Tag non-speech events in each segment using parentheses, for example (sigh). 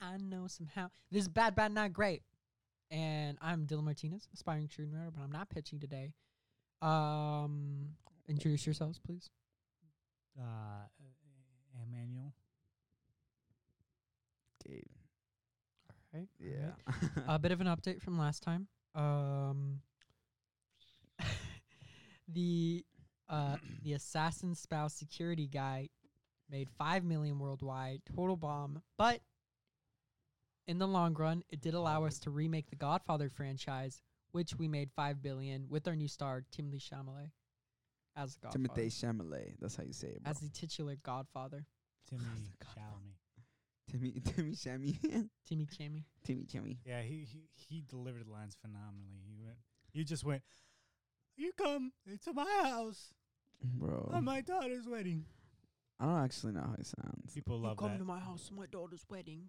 I know somehow. This is bad, bad, not great. And I'm Dylan Martinez, aspiring true nerd, but I'm not pitching today. Um, introduce yourselves, please. Uh, Emmanuel. Gabe. All right. all Yeah. right. a bit of an update from last time. Um, (laughs) the uh, the assassin spouse security guy made five million worldwide total bomb, but in the long run, it did allow us to remake the Godfather franchise, which we made five billion with our new star Timothy Chalamet as the Godfather, (laughs) Timothy Chalamet. That's how you say it, bro. as the titular Godfather, Timmy God. Chalamet. (laughs) Timmy Timmy Chalamet. (laughs) Timmy Chammy. Timmy Chalamet. Yeah, he, he he delivered the lines phenomenally. He went, you just went. You come to my house Bro. Oh on my daughter's wedding. I don't actually know how he sounds. People love that. my house for my daughter's wedding.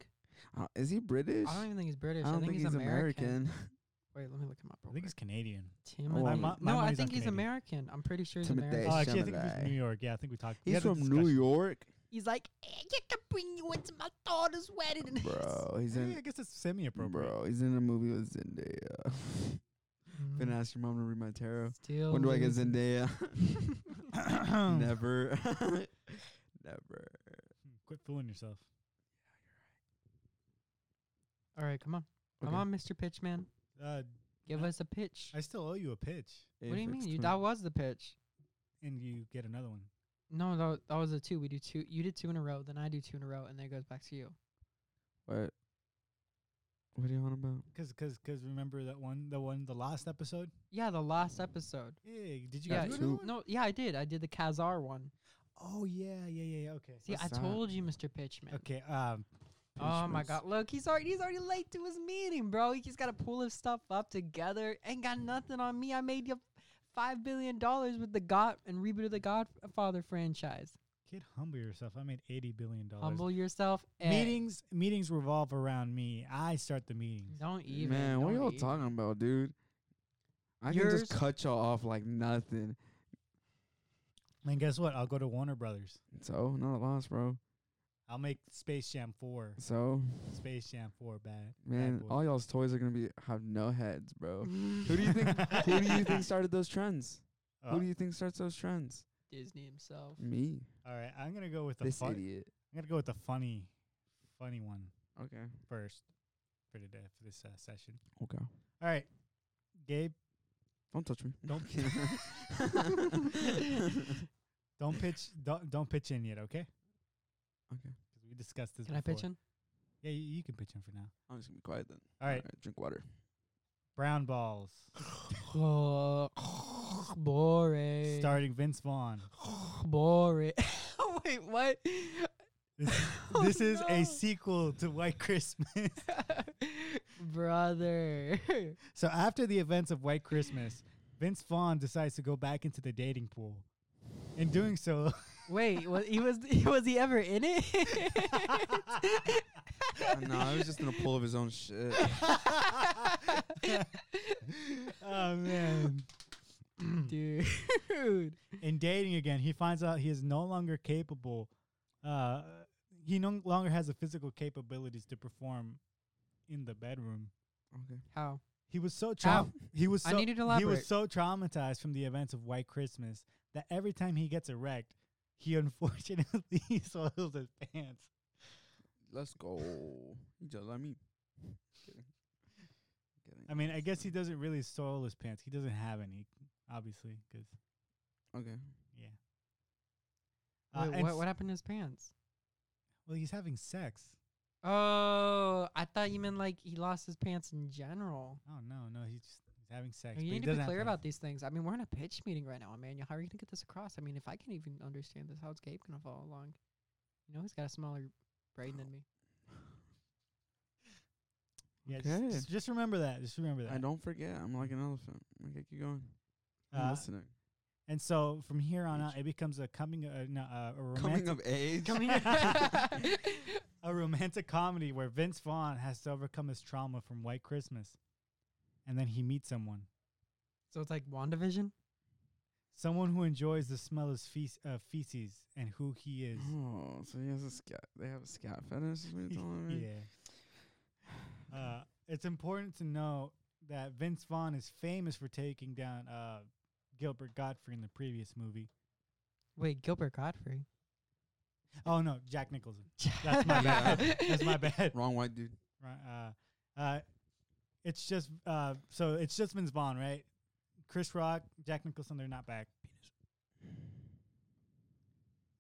Uh, is he British? I don't even think he's British. I I, don't think, he's, American. (laughs) Wait, let me look him up. I Real think quick. he's Canadian. Timothy. My mo- my no, I money's on think he's Canadian. American. I'm pretty sure he's Oh, Timothy. Oh, American. Uh, actually, I think he's Chalamet. from New York. Yeah, I think we talked. we He's had a from New (laughs) discussion. York, He's like, eh, I can bring you into my daughter's wedding. (laughs) And bro. He's Yeah, I in, guess it's semi-appropriate. bro. He's in a movie with Zendaya. (laughs) Been ask your mom to read my tarot. Mm-hmm. Still When do I get losing. (laughs) Zendaya? (laughs) (clears throat) Never, (laughs) never. Quit fooling yourself. All right, come on. Come Okay. on, Mr. Pitchman. Uh, Give I- us a pitch. I still owe you a pitch, what do you If mean? it's You, twen- that was the pitch. and you get another one. No, that, wa- that was a two. We do two. You did two in a row. Then I do two in a row, and then it goes back to you. What? What are you on about? Cause, cause, cause remember that one, the one, the last episode. Yeah, the last episode. Yeah, did you yeah, guys do two. another one? no, yeah, I did. I did the Khazar one. Oh yeah, yeah, yeah, yeah. Okay. See, What's I that? told you, Mr. Pitchman. Okay. Um. Oh my Pitchman's- god! Look, he's already he's already late to his meeting, bro. He just gotta pull his stuff up together. Ain't got nothing on me. I made you five billion dollars with the God and reboot of the Godfather franchise. Kid, humble yourself. I made eighty billion dollars. Humble yourself. and Meetings, meetings revolve around me. I start the meetings. Don't even. Man, what don't y'all even. talking about, dude? I can Yours- just cut y'all off like nothing. And guess what? I'll go to Warner Brothers. So not a loss, bro. I'll make Space Jam Four. So Space Jam Four, bad. bad man, boy. all y'all's toys are gonna be have no heads, (laughs) bro. Who do you think? who do (laughs) you think started those trends? Uh, Who do you think starts those trends? Disney (laughs) himself. Me. Uh, all right, I'm gonna go with the this fun- idiot. I'm gonna go with the funny, funny one Okay. first for today for this uh, session. Okay. All right, Gabe, Don't touch me. Don't- (laughs) don't pitch, don't don't pitch in yet, okay? Okay. 'Cause we discussed this. Can I pitch before. in? Yeah, you, you can pitch in for now. I'm just gonna be quiet then. All right, (laughs) Drink water. Brown Balls, (sighs) boring. starting Vince Vaughn. (sighs) Boring. (laughs) Wait, what? This, (laughs) Oh, this is no. a sequel to White Christmas. (laughs) Brother. so after the events of White Christmas, Vince Vaughn decides to go back into the dating pool. In (laughs) doing so, (laughs) Wait, was he was (laughs) he was he ever in it? (laughs) no, I was just in a pool of his own shit. oh man, Dude. in dating again, he finds out he is no longer capable. Uh, he no longer has the physical capabilities to perform in the bedroom. Okay. How? He was so How? traumatized. He was I so need you to he elaborate. was so traumatized from the events of White Christmas that every time he gets erect, he (laughs) unfortunately (laughs) soils his pants. Let's go. You just let me. Kidding. Kidding. I mean, I guess he doesn't really soil his pants. He doesn't have any, obviously, because Okay. yeah. Uh, Wait, and what, s- what happened to his pants? Well, he's having sex. Oh, I thought you meant like he lost his pants in general. Oh no, no, he's just he's having sex. but you he need to doesn't be have clear have- about these things. I mean, we're in a pitch meeting right now, Emmanuel. How are you going to get this across? I mean, if I can't even understand this, how's Gabe going to follow along? You know, he's got a smaller brain than (laughs) me. Yeah, just- Okay. just, just remember that. Just remember that. I don't forget. I'm like an elephant. Okay, keep going. I'm Uh, listening. and so from here on out, it becomes a coming, uh, no, uh, a romantic, Coming of age. Coming a romantic comedy where Vince Vaughn has to overcome his trauma from White Christmas, and then he meets someone, So it's like WandaVision? someone who enjoys the smell of fece- uh, feces and who he is. (laughs) Oh, so he has a scat. They have a scat fetish. Is what you're telling me? yeah. Uh, it's important to know that Vince Vaughn is famous for taking down uh, Gilbert Godfrey in the previous movie. Wait, Gilbert Godfrey. Oh no, Jack Nicholson. That's my bad. That's my bad. Wrong white dude. Right, Uh, uh, it's just uh, so it's just Vince Vaughn, right? Chris Rock, Jack Nicholson, they're not back.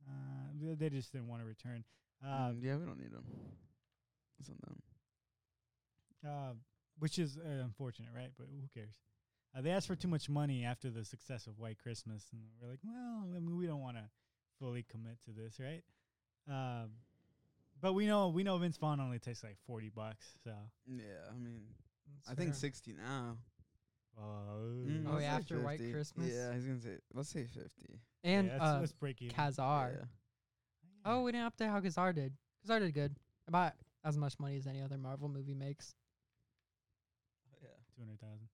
Uh, th- they just didn't want to return. Uh, Mm, yeah, we don't need him. It's on them. Mm-hmm. uh, which is uh, unfortunate, right? But who cares? Uh, they asked for too much money after the success of White Christmas, and we're like, well, I mean, we don't want to fully commit to this, right? Um, but we know we know Vince Vaughn only takes like forty bucks, so Yeah, I mean, I think Sure. 60 now. Mm, Mm, Oh, let's yeah, say after White 50. Christmas? Yeah, he's gonna say let's say 50. And yeah, let's, uh, let's break even. Kazar. Yeah. Oh, we didn't have to how Kazar did. Kazar did good. About as much money as any other Marvel movie makes. yeah, two hundred thousand.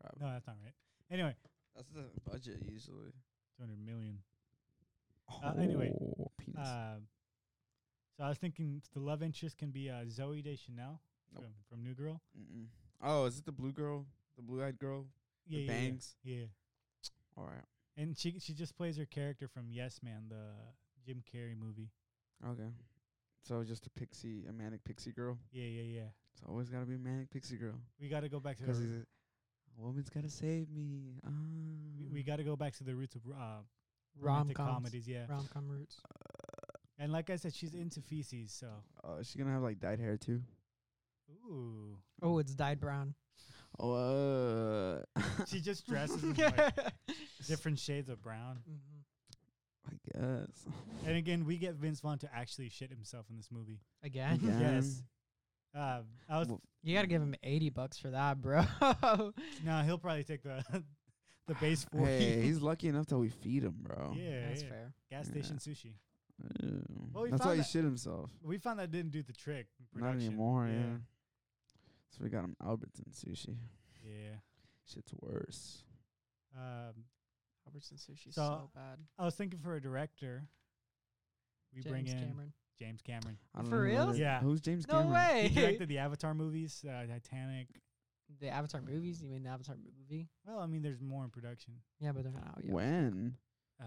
probably. No, that's not right. Anyway, That's the budget usually. two hundred million. Uh, anyway, Oh, penis. Um, so I was thinking the love interest can be uh, Zoe Deschanel Nope. from, from New Girl. Mm-mm. Oh, is it the blue girl, the blue-eyed girl, Yeah, the yeah, yeah, bangs? yeah. All right, And she she just plays her character from Yes Man, the Jim Carrey movie. okay. So just a pixie, a manic pixie girl. Yeah, yeah, yeah. It's always gotta be a manic pixie girl We got to go back to the, because r- a woman's gotta save me. Ah. we, we got to go back to the roots of uh, Rom romantic coms. comedies. Yeah, Uh, Rom com roots. and like I said, she's into feces. So, Oh, is she gonna have like dyed hair too? ooh, (laughs) Oh, it's dyed brown. Oh, uh, she (laughs) just (laughs) dresses in like, different shades of brown. Mhm. I (laughs) guess. And again, we get Vince Vaughn to actually shit himself in this movie. Again. Again. Yes. Uh, I was Well, You gotta give him eighty bucks for that, bro. (laughs) no, he'll probably take the (laughs) the base forty. Hey, he's lucky enough that we feed him, bro. (laughs) yeah, That's yeah. fair. gas Yeah. station sushi. Ew. Well, we That's why found he that- shit himself. We found that didn't do the trick. in Not production. anymore, yeah. So we got him Albertson sushi. yeah. Shit's worse. Um, Robertson sushi's So, so bad. I was thinking for a director, we bring James in Cameron. James Cameron. (laughs) I don't For know who that reals? is. Yeah. Who's James No Cameron? He way. directed the Avatar movies, uh, Titanic. (laughs) The Avatar movies. You mean the Avatar movie? Well, I mean, there's more in production. Yeah, but they're not out yet. When? Uh,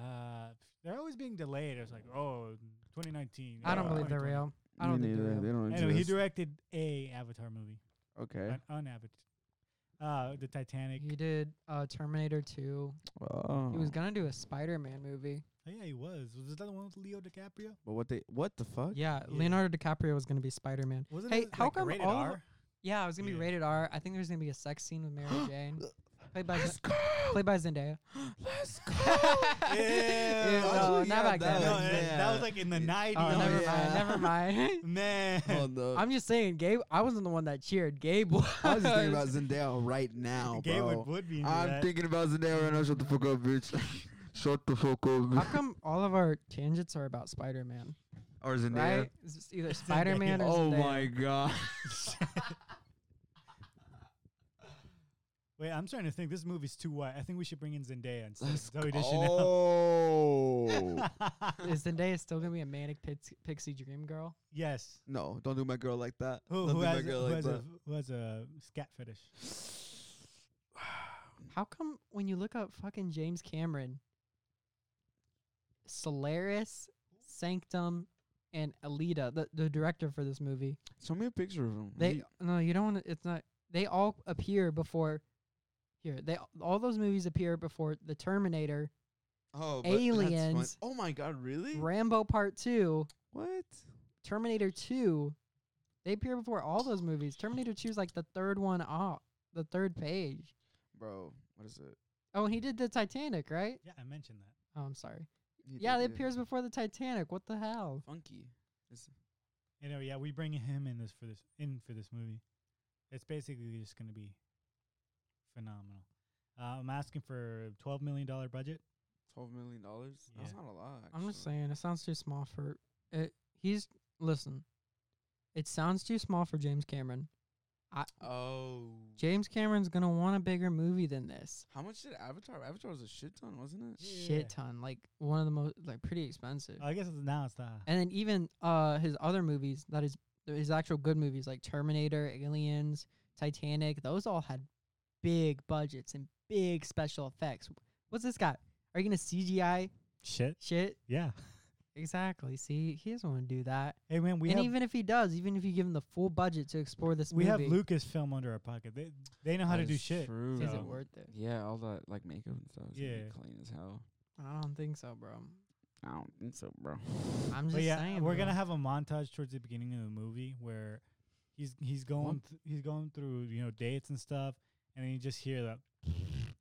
they're always being delayed. It was like, oh, 2019. I don't oh, believe they're 2020. real. I don't Me think they're real. neither. They don't Anyway, he exist. directed a Avatar movie, Okay. an, an Avatar, uh, the Titanic. He did uh, Terminator 2. Oh. He was gonna do a Spider-Man movie. Oh, yeah, he was. Was that the one with Leo DiCaprio? but what they? What the fuck? Yeah, Yeah. Leonardo DiCaprio was gonna be Spider-Man. Wasn't Hey, it how like, come rated all- R? Yeah, it was gonna Yeah. be rated R. I think there's gonna be a sex scene with (gasps) Mary Jane, played (laughs) by (laughs) Let's go. played by Zendaya. (gasps) (laughs) Let's go. Yeah, no, actually, not yeah, back that then. no, was- that- yeah. that was like in the 90s. Oh, No, never yeah. mind. Never (laughs) mind. Man. Hold up. I'm just saying, Gabe. I wasn't the one that cheered. Gabe was. I was just (laughs) thinking about Zendaya right now, Gay bro. would, would be. into I'm that. thinking about Zendaya right now. Shut the fuck up, bitch. (laughs) Shut the fuck up. How bitch. come all of our tangents are about Spider-Man? Or Zendaya. Right? It's just either Spider-Man or Oh Zendaya. my god. Wait, I'm trying to think. This movie's too white. I think we should bring in Zendaya instead. Let's Zoe Deschanel. (laughs) Oh. (laughs) Is Zendaya still gonna be a manic pix- pixie dream girl? yes. no, don't do my girl like that. Who, don't who, do my has, girl who, like has a, that. who has a scat fetish? How come when you look up fucking James Cameron, Solaris, Sanctum, and Alita, the, the director for this movie, Show me a picture of him. they He- no, you don't. Wanna, it's not. They all appear before. Here, they all those movies appear before the Terminator, oh, but that's fun. aliens- Oh my god, really? Rambo Part Two, What? Terminator Two. They appear before all those movies. Terminator Two is like the third one off, the third page. Bro, what is it? Oh, and he did the Titanic, right? Yeah, I mentioned that. Oh, I'm sorry. He yeah, did it it. appears before the Titanic. What the hell? funky. Anyway, yeah, we bring him in this for this in for this movie. It's basically just going to be phenomenal. Uh, I'm asking for a twelve million dollar budget. Twelve million dollars? That's Yeah. not a lot. I'm just actually. saying, it sounds too small for it. He's listen. It sounds too small for James Cameron. Oh. James Cameron's gonna want a bigger movie than this. How much did Avatar? Avatar was a shit ton, wasn't it? Yeah. Shit ton, like one of the most, like pretty expensive. I guess it's now it's the and then even uh his other movies that he's th- his actual good movies like Terminator, Aliens, Titanic, those all had big budgets and big special effects. What's this got? Are you gonna CGI Shit. shit? Yeah. Exactly. See, he doesn't want to do that. Hey man, we and have even if he does, even if you give him the full budget to explore this we have movie, Lucasfilm under our pocket. They they know how to That do is shit. true. is so- it worth it? Yeah, all that like makeup and stuff. Yeah, Yeah. clean as hell. I don't think so, bro. I don't think so, bro. (sighs) I'm just But yeah, saying. we're bro. gonna have a montage towards the beginning of the movie where he's he's going th- he's going through you know dates and stuff, and then you just hear that, (sniffs)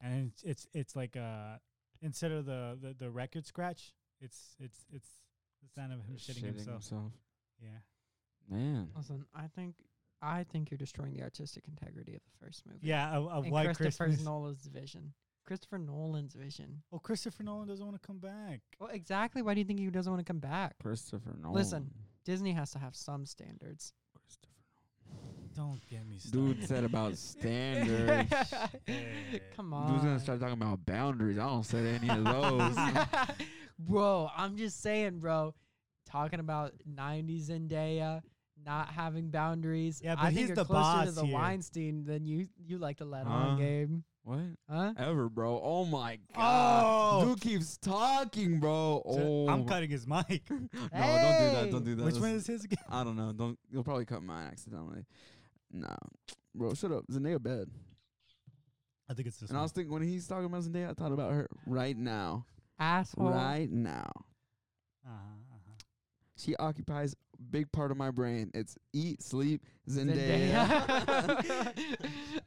and it's it's, it's like uh instead of the, the the record scratch, it's it's it's the sound of uh, him shitting, himself. Oh. Yeah, Man, Listen, I think I think you're destroying the artistic integrity of the first movie. yeah, of, of and White Christopher Christmas. Nolan's vision. Christopher Nolan's vision. Well, Christopher Nolan doesn't want to come back. Well, exactly. Why do you think he doesn't want to come back? Christopher Nolan. Listen. Disney has to have some standards. Don't get me started. Dude (laughs) said about standards. Shit. Come on. Dude's gonna start talking about boundaries. I don't set any (laughs) of those. (laughs) bro, I'm just saying, bro. Talking about 90s Zendaya not having boundaries. Yeah, I but think he's you're the closer to boss the here. Weinstein than you you like to let Huh? on, Gabe. what? Huh? Ever, bro. Oh my god. Oh. Dude keeps talking, bro. Oh. I'm my- (laughs) cutting his mic. No, don't do that. Hey! Don't do that. Which That's- one is his again? I don't know. Don't. You'll probably cut mine accidentally. No, bro. Shut up. Zendaya bad. I think it's this And I one. was thinking when he's talking about Zendaya, I thought about her right now. Asshole. Right now. Uh-huh, uh-huh. She occupies a big part of my brain. It's eat, sleep, Zendaya. Zendaya.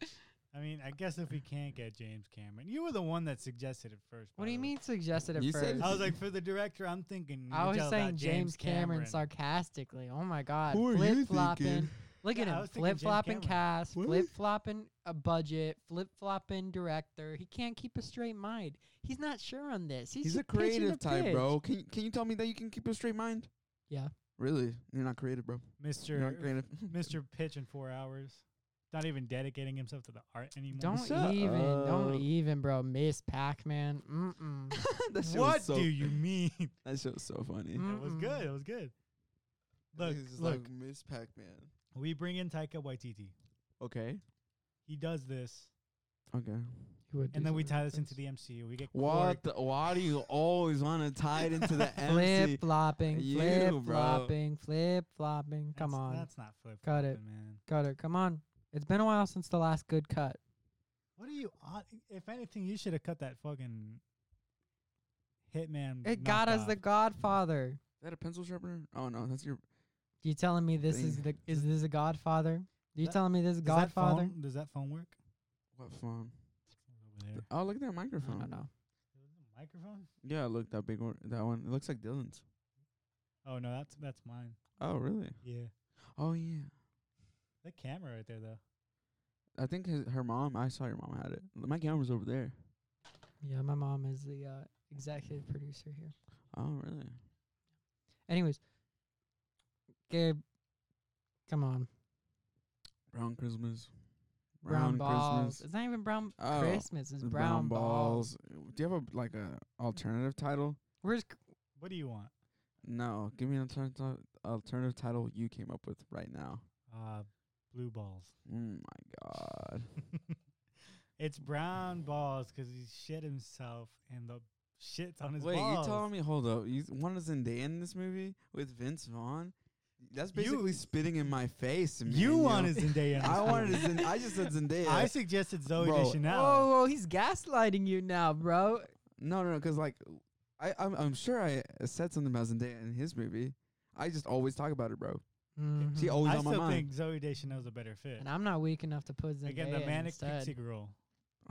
(laughs) I mean, I guess if we can't get James Cameron, you were the one that suggested it first. What by do you the way. mean suggested at You first? said- I was like, for the director, I'm thinking. I you're was talking saying about James Cameron, sarcastically. Oh my God. Flip flopping. Look at Yeah, I him. was thinking Flip James flopping Cameron. cast, What? flip flopping a budget, flip flopping director. He can't keep a straight mind. He's not sure on this. He's, (laughs) He's a just pitching creative type, pitch. bro. Can you, can you tell me that you can keep a straight mind? Yeah. Really? You're not creative, bro. You're not Mr. creative. (laughs) Mr. Pitch in four hours. Not even dedicating himself to the art anymore. Don't Shut even, don't up. even, bro. Miss Pac Man. Mm mm. that shit what was so, do you mean? (laughs) That shit was so funny. Mm. it was Mm-mm. good. It was good. Look, He's just look. like Miss Pac-Man. we bring in Taika Waititi. Okay. He does this, Okay. and then we tie this into the MCU. We get Korg. What? The, why do you always want to tie it into the MC? flip flopping, You, flip bro. flopping, flip flopping. That's- Come on. that's not flip. Cut it. man. Got it. Come on. It's been a while since the last good cut. What are you on? If anything, you should have cut that fucking hitman. It got us the knockoff. Godfather. Is that a pencil sharpener? Oh no, that's your. You telling me this is the Thing. is this a Godfather? You That- telling me this is Does that Godfather? phone- does that phone work? What phone? Over there. Oh, look at that I microphone. don't Mm-hmm. know. Microphone? Yeah, look that big one. That one. It looks like Dylan's. Oh no, that's that's mine. Oh really? Yeah, Oh yeah. the camera right there though. I think his, her mom. I saw your mom had it. My camera's over there. Yeah, my mom is the uh, executive producer here. Oh really? Anyways, Gabe, come on, Brown Christmas. brown, balls. It's not even brown Oh, Christmas. It's brown, Brown, balls. balls. Do you have a like a alternative title? Where's c- What do you want? No, give me an alternative alternative title you came up with right now. Uh, blue balls. (laughs) Oh my god. it's brown balls 'cause he shit himself and the shit's on his Wait, balls. you telling me? Hold up, you wanted Zendaya in this movie with Vince Vaughn? That's basically spitting in my face. Man, you yo. wanted Zendaya. in (laughs) I this wanted. movie. Zend- I just said Zendaya. I suggested Zoe Bro. oh, Deschanel. whoa, he's gaslighting you now, bro. no, no, no, because like, I, I'm, I'm sure I uh, said something about Zendaya in his movie. I just always talk about it, bro. She Mhm. Mm-hmm. I always oh, on my still mind. think Zoe Deschanel's a better fit. and I'm not weak enough to put Zendaya Again, the manic instead. pixie girl.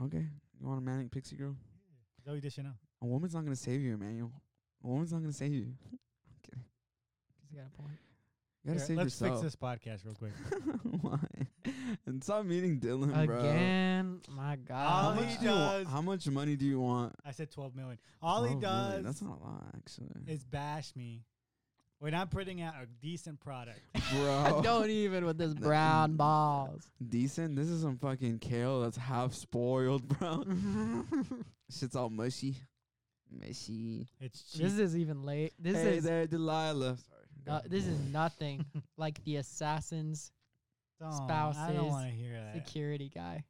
okay, you want a manic pixie girl? Zoe Deschanel. A woman's not gonna save you, Emmanuel. A woman's not gonna save you. He's got a point. You gotta Here, save let's yourself. fix this podcast real quick. (laughs) Why? And stop meeting Dylan, bro. Again, my How All God. Oh, (laughs) he much, do you wa- does- how much money do you want? I said 12 million. All he Oh, really? does That's not a lot, actually. is bash me when I'm putting out a decent product. (laughs) bro. Don't even (laughs) with this brown balls. Decent. This is some fucking kale that's half spoiled, bro. (laughs) Shit's all mushy. Mushy. It's cheap. this is even late. This hey is there, Delilah. Sorry. no- Uh, this (laughs) is nothing like the Assassin's Don't- I don't spouses, want to hear that. security guy.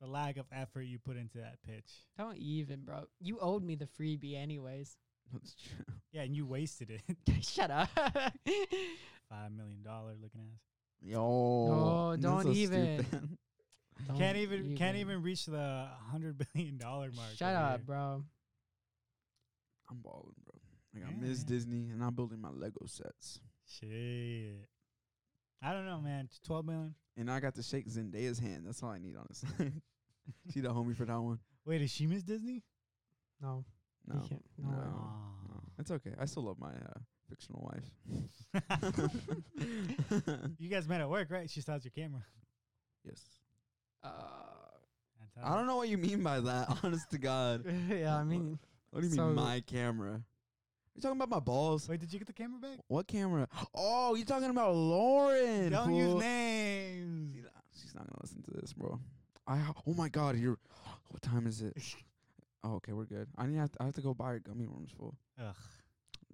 The lack of effort you put into that pitch. Don't even, bro. You owed me the freebie, anyways. (laughs) (laughs) That's true. Yeah, and you wasted it. (laughs) Shut up. Five million dollar looking ass. Yo, No, that's don't so even. stupid. (laughs) Can't even, can't even reach the hundred billion dollar mark. Shut over up, here. bro. I'm balling, bro. Like Yeah, I miss man. Disney, and I'm building my Lego sets, Shit. I don't know, man. Twelve million. and I got to shake Zendaya's hand. That's all I need, honestly. (laughs) she the homie for that one. Wait, is she Miss Disney? No, you No, can't. No, way. No. no, it's okay. I still love my uh, fictional (laughs) wife. You guys met at work, right? She stops your camera. (laughs) yes. (laughs) Uh, (laughs) That's I don't know what you mean by that. (laughs) Honest to God, yeah, I What- mean, what do you So- mean my camera? You talking about my balls? Wait, did you get the camera back? What camera? Oh, you talking about Lauren? Don't fool. use names. She's not- She's not gonna listen to this, bro. I ho- oh my god, you're. What time (laughs) is it? Oh, okay, we're good. I need. Have to, I have to go buy gummy worms for. Ugh.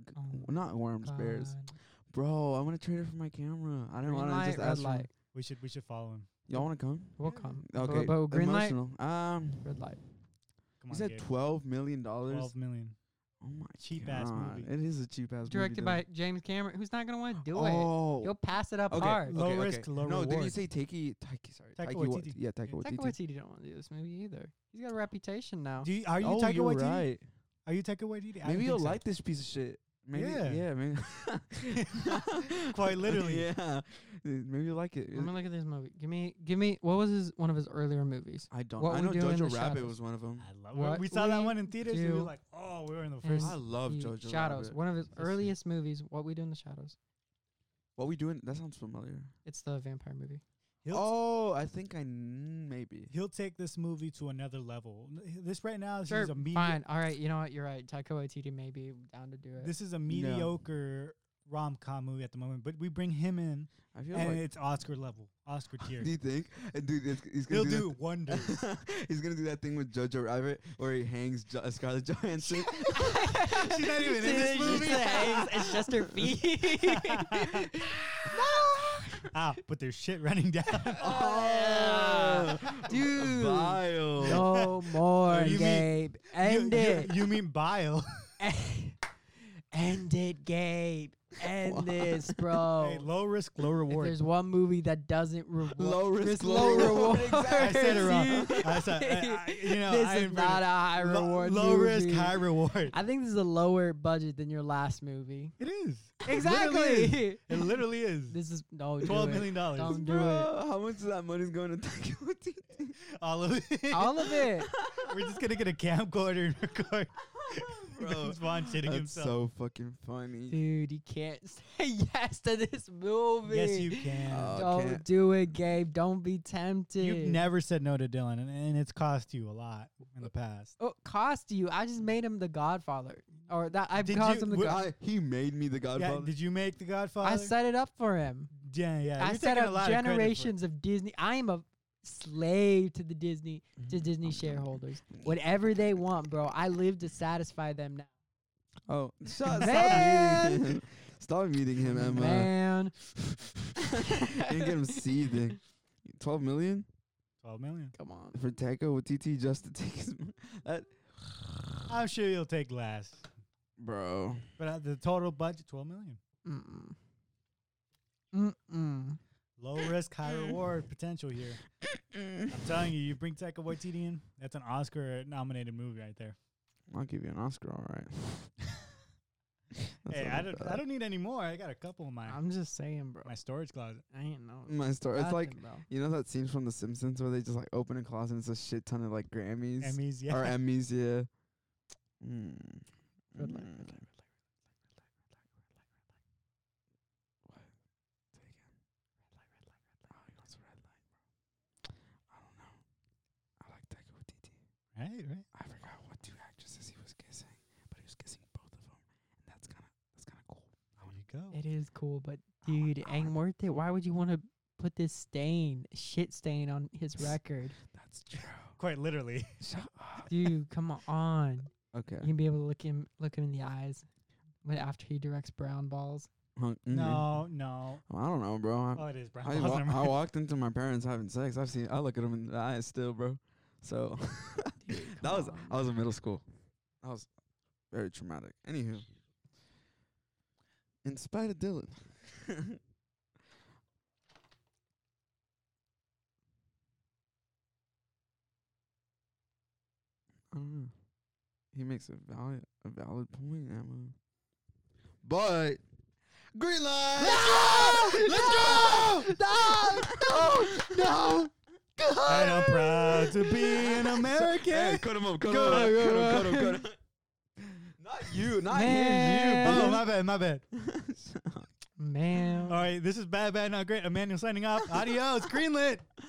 G- Oh w- not worms, bears. God. Bro, I want to trade it for my camera. I didn't Green want to light, just red ask. for- light. We should we should follow him. Y'all want to come? We'll Yeah. come. But- Okay. but green light, emotional. Um, red light. Come you on, said Gabe. twelve million dollars. twelve million. Oh my Cheap god, ass movie. It is a cheap ass. Directed by movie, James Cameron, who's not gonna want to though. do it. oh. You'll pass it up Okay. Oh, hard. Low okay, risk, okay. low no, did you reward. say Taiki? Taiki, sorry. Taika Wa- Waititi. Yeah, Taika Taika Waititi. Waititi didn't want to do this movie either. He's got a reputation now. Do you, are you oh, Taika you're Waititi? right. Are you Taika Waititi? I don't Maybe you'll think so. like this piece of shit. Maybe, (laughs) Yeah. yeah, man. (laughs) Quite literally. yeah. Maybe you'll like it. Let me look at this movie. Give me, give me. What was his one of his earlier movies? I don't. What we I know do in Jojo the Rabbit shadows. was one of them. I love What it. We saw that we one in theaters. and we do were like, oh, we were in the in first. I love The Jojo Shadows. Rabbit. One of his Let's see. earliest movies. What we do in the shadows. What we doing? That sounds familiar. It's the vampire movie. (laughs) He'll, Oh, I think I kn- maybe. he'll take this movie to another level. N- This right now, this Sure, is a medi- fine. All right, you know what? You're right. Taika Waititi may be down to do it. this is a mediocre rom com movie at the moment. But we bring him in, I feel and like. it's Oscar level, Oscar tier. Do you think? Uh, Dude, it's, he's gonna He'll do. that do wonders. th- (laughs) he's gonna do that thing with Jojo Rabbit where he hangs jo- uh, Scarlett (laughs) Johansson. She's not even See, in this (laughs) it's just movie. the eggs, It's just (laughs) her feet. (laughs) ah, but there's shit running (laughs) down. Oh, dude. Vile. no more, You mean- Gabe. You- End you, it. You mean (laughs) bile? End it, Gabe. End (laughs) Why? this, bro. Hey, low risk, low Oh. if reward. there's one movie that doesn't reward, (laughs) Low risk, there's low reward. I said it wrong. (laughs) dude. I said, I- I- you know, this I is inverted. not a high Lo- reward. Low risk, movie. high reward. I think this is a lower budget than your last (laughs) movie. It is. Exactly. It literally (laughs) is. this is no. Twelve do it. million (laughs) dollars. Don't do it. Bro, how much of that money's going to (laughs) Taika Waititi? All of it. All of it. (laughs) We're just gonna get a camcorder and record. (laughs) (laughs) Bro, Vaughn shitting That's himself. so fucking funny. Dude, you can't (laughs) say yes to this movie. yes, you (laughs) can. Uh, Don't can't. do it, Gabe. Don't be tempted. You've never said no to Dylan, and, and it's cost you a lot in the past. Oh, cost you. I just made him the Godfather, or that I've Did caused you- him the wh- God. I, he made me the Godfather. Yeah, did you make the Godfather? I set it up for him. Yeah, yeah. I you're set taking a up lot of credit for it. generations of Disney. I am a slave to the Disney Mm-hmm. to Disney shareholders. Whatever they want, bro. I live to satisfy them now. (laughs) Oh, shut, stop Man. muting him. Stop muting him, Emma. (laughs) Man, and get him seething. Twelve million Twelve million. come on. for Taco with TT just to take his. mo- That, I'm sure you'll take less, bro, but uh, the total budget twelve million. Mm-mm. Mm-mm. Low (laughs) risk, high reward potential here. I'm telling you, you bring Taika Waititi in, that's an Oscar-nominated movie right there. I'll give you an Oscar, all right. That's hey, not I that don't, bad. I don't need any more. I got a couple in my I'm just saying, bro. my storage closet. I ain't know. My story. It's like nothing, bro. you know that scene from The Simpsons where they just like open a closet and it's a shit ton of like Grammys Emmys, yeah. or Emmys, yeah. Mm. Red light, red light, red light, red light, red light, red light, red light, red light, red light, Mm. Oh, you know it's a red light, bro. I don't know. I like Taika Waititi. Right, right. I forgot what two actresses he was kissing, but he was kissing both of them, and that's kind of that's kind of cool. There you go. Oh, It is cool, but I wanna- dude, it I ain't wanna- worth it. Why would you want to put this stain, shit stain, on (laughs) his record, That's true. (laughs) Quite literally. Shut up. dude? Come on, Okay. (laughs) you can be able to look him, look him in the eyes, when after he directs Brown Balls. Hung- mm, No, no. I don't know, bro. I, Oh, it is Brown (laughs) Um, I, Bosner. wa- I walked into my parents having sex. I've seen. I look at them in the eyes still, bro. So that was. I was in middle school. That was very traumatic. Anywho, in spite of Dylan, (laughs) I don't know. He makes a valid a valid point, Emma. But green light. Let's go! No! No! (laughs) No! And I'm proud to be an American. Hey, cut him up. Cut him Go, up. Cut him. go, Cut him. go. Cut him. (laughs) Not you. Not Man. oh, him. my bad, my bad. You. Bro. Man. All right, this is bad, bad, not great. Emmanuel signing off. Adios, greenlit.